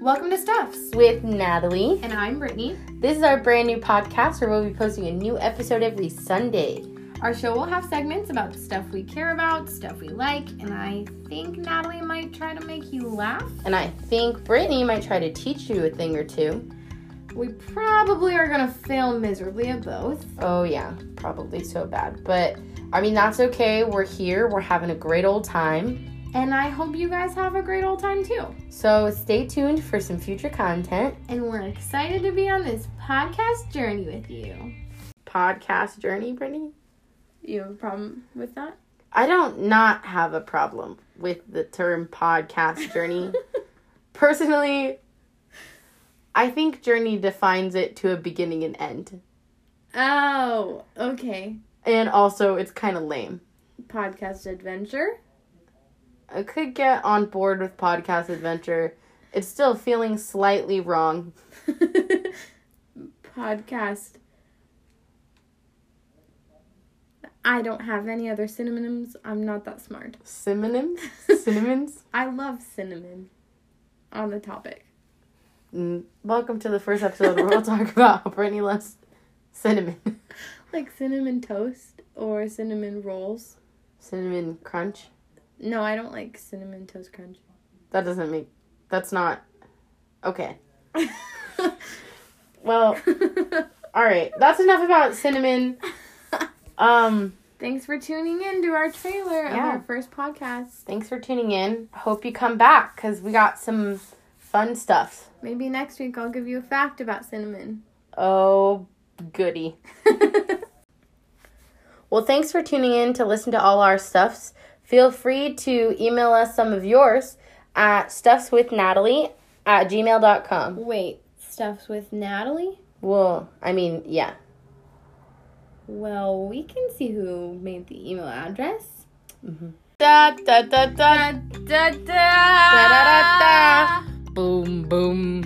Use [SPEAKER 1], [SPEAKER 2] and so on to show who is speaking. [SPEAKER 1] Welcome to Stuffs.
[SPEAKER 2] with Natalie.
[SPEAKER 1] And I'm Brittany.
[SPEAKER 2] This is our brand new podcast where we'll be posting a new episode every Sunday.
[SPEAKER 1] Our show will have segments about stuff we care about, stuff we like, and I think Natalie might try to make you laugh.
[SPEAKER 2] And I think Brittany might try to teach you a thing or two.
[SPEAKER 1] We probably are gonna fail miserably at both.
[SPEAKER 2] Oh, yeah, probably so bad. But I mean, that's okay. We're here, we're having a great old time.
[SPEAKER 1] And I hope you guys have a great old time too.
[SPEAKER 2] So stay tuned for some future content.
[SPEAKER 1] And we're excited to be on this podcast journey with you.
[SPEAKER 2] Podcast journey, Brittany?
[SPEAKER 1] You have a problem with that?
[SPEAKER 2] I don't not have a problem with the term podcast journey. Personally, I think journey defines it to a beginning and end.
[SPEAKER 1] Oh, okay.
[SPEAKER 2] And also, it's kind of lame.
[SPEAKER 1] Podcast adventure.
[SPEAKER 2] I could get on board with podcast adventure. It's still feeling slightly wrong.
[SPEAKER 1] podcast. I don't have any other synonyms. I'm not that smart.
[SPEAKER 2] Synonyms? Synonyms?
[SPEAKER 1] I love cinnamon on the topic.
[SPEAKER 2] Mm, Welcome to the first episode where we'll talk about how Brittany loves cinnamon.
[SPEAKER 1] Like cinnamon toast or cinnamon rolls.
[SPEAKER 2] Cinnamon crunch?
[SPEAKER 1] No, I don't like cinnamon toast crunch.
[SPEAKER 2] That doesn't make. That's not. Okay. Well, alright. That's enough about cinnamon. Um.
[SPEAKER 1] Thanks for tuning in to our trailer of
[SPEAKER 2] Yeah.
[SPEAKER 1] our first podcast.
[SPEAKER 2] Thanks for tuning in. Hope you come back because we got some fun stuff.
[SPEAKER 1] Maybe next week I'll give you a fact about cinnamon.
[SPEAKER 2] Oh, goody. Well, thanks for tuning in to listen to all our stuffs. Feel free to email us some of yours at stuffswithnatalie at gmail.com.
[SPEAKER 1] Wait, stuffs with Natalie?
[SPEAKER 2] Well, I mean, yeah.
[SPEAKER 1] Well, we can see who made the email address.
[SPEAKER 2] Da, da, da, da.
[SPEAKER 1] da da da da da da
[SPEAKER 2] Boom, boom.